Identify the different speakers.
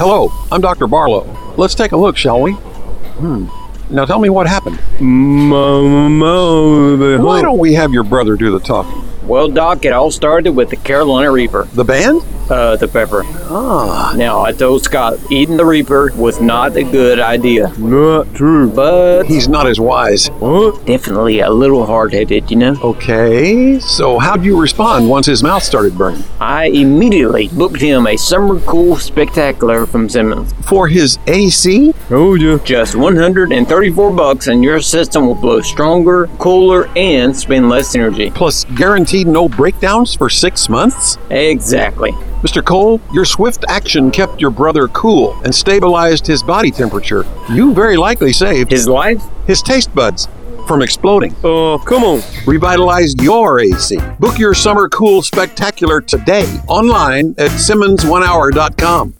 Speaker 1: Hello, I'm Dr. Barlow. Let's take a look, shall we? Hmm. Now tell me what happened.
Speaker 2: Mo- mo- the
Speaker 1: Why
Speaker 2: hump.
Speaker 1: don't we have your brother do the talking?
Speaker 3: Well, Doc, it all started with the Carolina Reaper,
Speaker 1: The band?
Speaker 3: uh, the pepper.
Speaker 1: Ah,
Speaker 3: Now, I told Scott eating the Reaper was not a good idea,
Speaker 2: Not true.
Speaker 3: but
Speaker 1: he's not as wise.
Speaker 2: What?
Speaker 3: definitely a little hard headed, you know?
Speaker 1: Okay, so how'd you respond once his mouth started burning?
Speaker 3: I immediately booked him a summer cool spectacular from Simmons.
Speaker 1: For his AC?
Speaker 2: Told you.
Speaker 3: Just 134 bucks, and your system will blow stronger, cooler, and spend less energy.
Speaker 1: Plus guaranteed no breakdowns for six months?
Speaker 3: Exactly.
Speaker 1: Mr. Cole, your swift action kept your brother cool and stabilized his body temperature. You very likely saved
Speaker 3: His life?
Speaker 1: his taste buds from exploding.
Speaker 2: Oh, come on.
Speaker 1: Revitalize your AC. Book your summer cool spectacular today online at SimmonsOneHour.com.